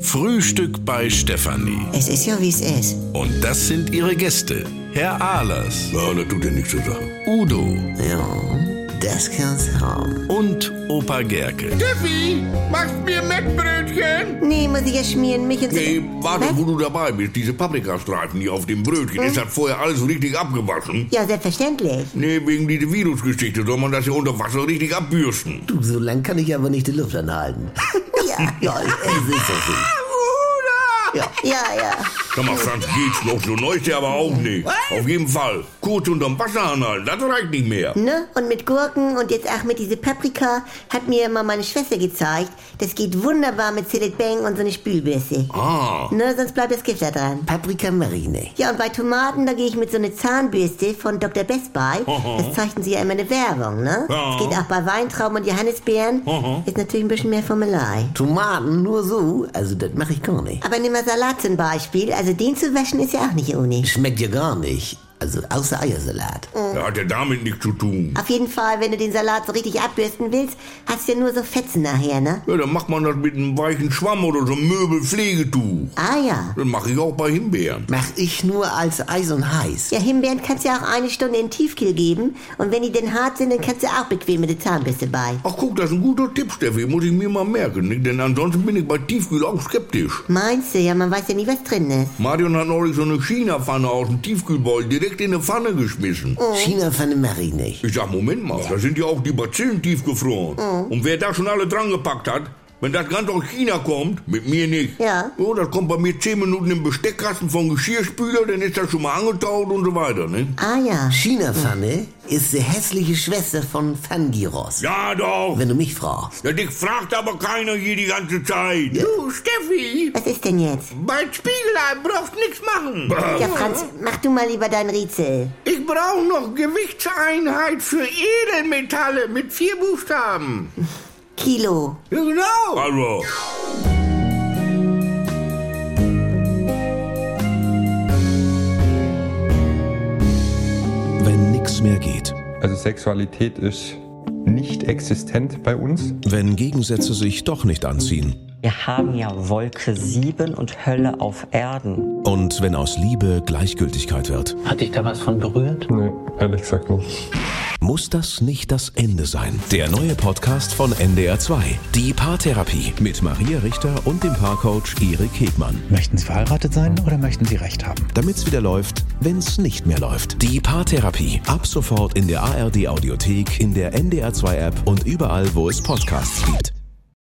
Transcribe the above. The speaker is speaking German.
Frühstück bei Stefanie. Es ist ja, wie es ist. Und das sind ihre Gäste. Herr Ahlers, Ja, das tut dir nichts zu sagen. Udo Ja, das kann's haben. und Opa Gerke. Steffi, machst mir Mettbrötchen? Nee, muss ich ja schmieren, mich und Nee, warte, wo du dabei bist. Diese Paprikastreifen hier auf dem Brötchen, Hm? das hat vorher alles richtig abgewaschen. Ja, selbstverständlich. Nee, wegen dieser Virusgeschichte soll man das ja unter Wasser richtig abbürsten. Du, so lang kann ich aber nicht die Luft anhalten. Ja, ja, es ist so viel. Ah, ja, ja. Sag mal, Franz, geht's noch? So leuchtet aber auch nicht. Auf jeden Fall. Kurz unterm Wasser anhalten, das reicht nicht mehr. Ne? Und mit Gurken und jetzt auch mit diese Paprika hat mir mal meine Schwester gezeigt. Das geht wunderbar mit Sillet Bang und so eine Spülbürste. Ah, Ne, sonst bleibt das Gift da dran. Paprikamarine. Ja, und bei Tomaten, da gehe ich mit so einer Zahnbürste von Dr. Best bei. Das zeichnen sie ja immer eine Werbung, ne? Ja. Das geht auch bei Weintrauben und Johannisbeeren. Ist natürlich ein bisschen mehr Formelei. Tomaten nur so, also das mache ich gar nicht. Aber nimm mal Salat zum Beispiel. Also den zu waschen ist ja auch nicht ohne. Schmeckt ja gar nicht. Also außer Eiersalat. Mhm. Hm. das hat ja damit nichts zu tun. Auf jeden Fall, wenn du den Salat so richtig abbürsten willst, hast du ja nur so Fetzen nachher, ne? Ja, dann macht man das mit einem weichen Schwamm oder so einem Möbelpflegetuch. Ah ja. Das mache ich auch bei Himbeeren. Mach ich nur als Eis und heiß. Ja, Himbeeren kannst du ja auch eine Stunde in den Tiefkühl geben. Und wenn die denn hart sind, dann kannst du auch bequem mit der Zahnbürste bei. Ach guck, das ist ein guter Tipp, Steffi. Muss ich mir mal merken. Nicht? Denn ansonsten bin ich bei Tiefkühl auch skeptisch. Meinst du? Ja, man weiß ja nie, was drin ist. Marion hat neulich so eine China-Pfanne aus dem Tiefkühlbeutel direkt in eine Pfanne geschmissen. Mhm. China-Pfanne Marine. Ich sag, Moment mal, da sind ja auch die Bazillen tiefgefroren. Und wer da schon alle dran gepackt hat, wenn das ganz aus China kommt, mit mir nicht. Ja. So, das kommt bei mir 10 Minuten im Besteckkasten vom Geschirrspüler, dann ist das schon mal angetaut und so weiter, ne? Ah ja. China-Pfanne ist die hässliche Schwester von Fangiros. Ja, doch. Wenn du mich fragst. Ja, dich fragt aber keiner hier die ganze Zeit. Du, Steffi, Was ist denn jetzt? mein Spiegelei braucht nichts machen. Ja, Franz, mach du mal lieber dein Rätsel. Ich brauche noch Gewichtseinheit für Edelmetalle mit vier Buchstaben. Kilo. Ja, genau. Also, Wenn nichts mehr geht. Also Sexualität ist nicht existent bei uns. Wenn Gegensätze sich doch nicht anziehen. Wir haben ja Wolke 7 und Hölle auf Erden. Und wenn aus Liebe Gleichgültigkeit wird. Hat dich da was von berührt? Nee, ehrlich gesagt nicht. Muss das nicht das Ende sein? Der neue Podcast von NDR2. Die Paartherapie mit Maria Richter und dem Paarcoach Erik Hegmann. Möchten Sie verheiratet sein oder möchten Sie Recht haben? Damit's wieder läuft, wenn's nicht mehr läuft. Die Paartherapie. Ab sofort in der ARD Audiothek, in der NDR2 App und überall, wo es Podcasts gibt.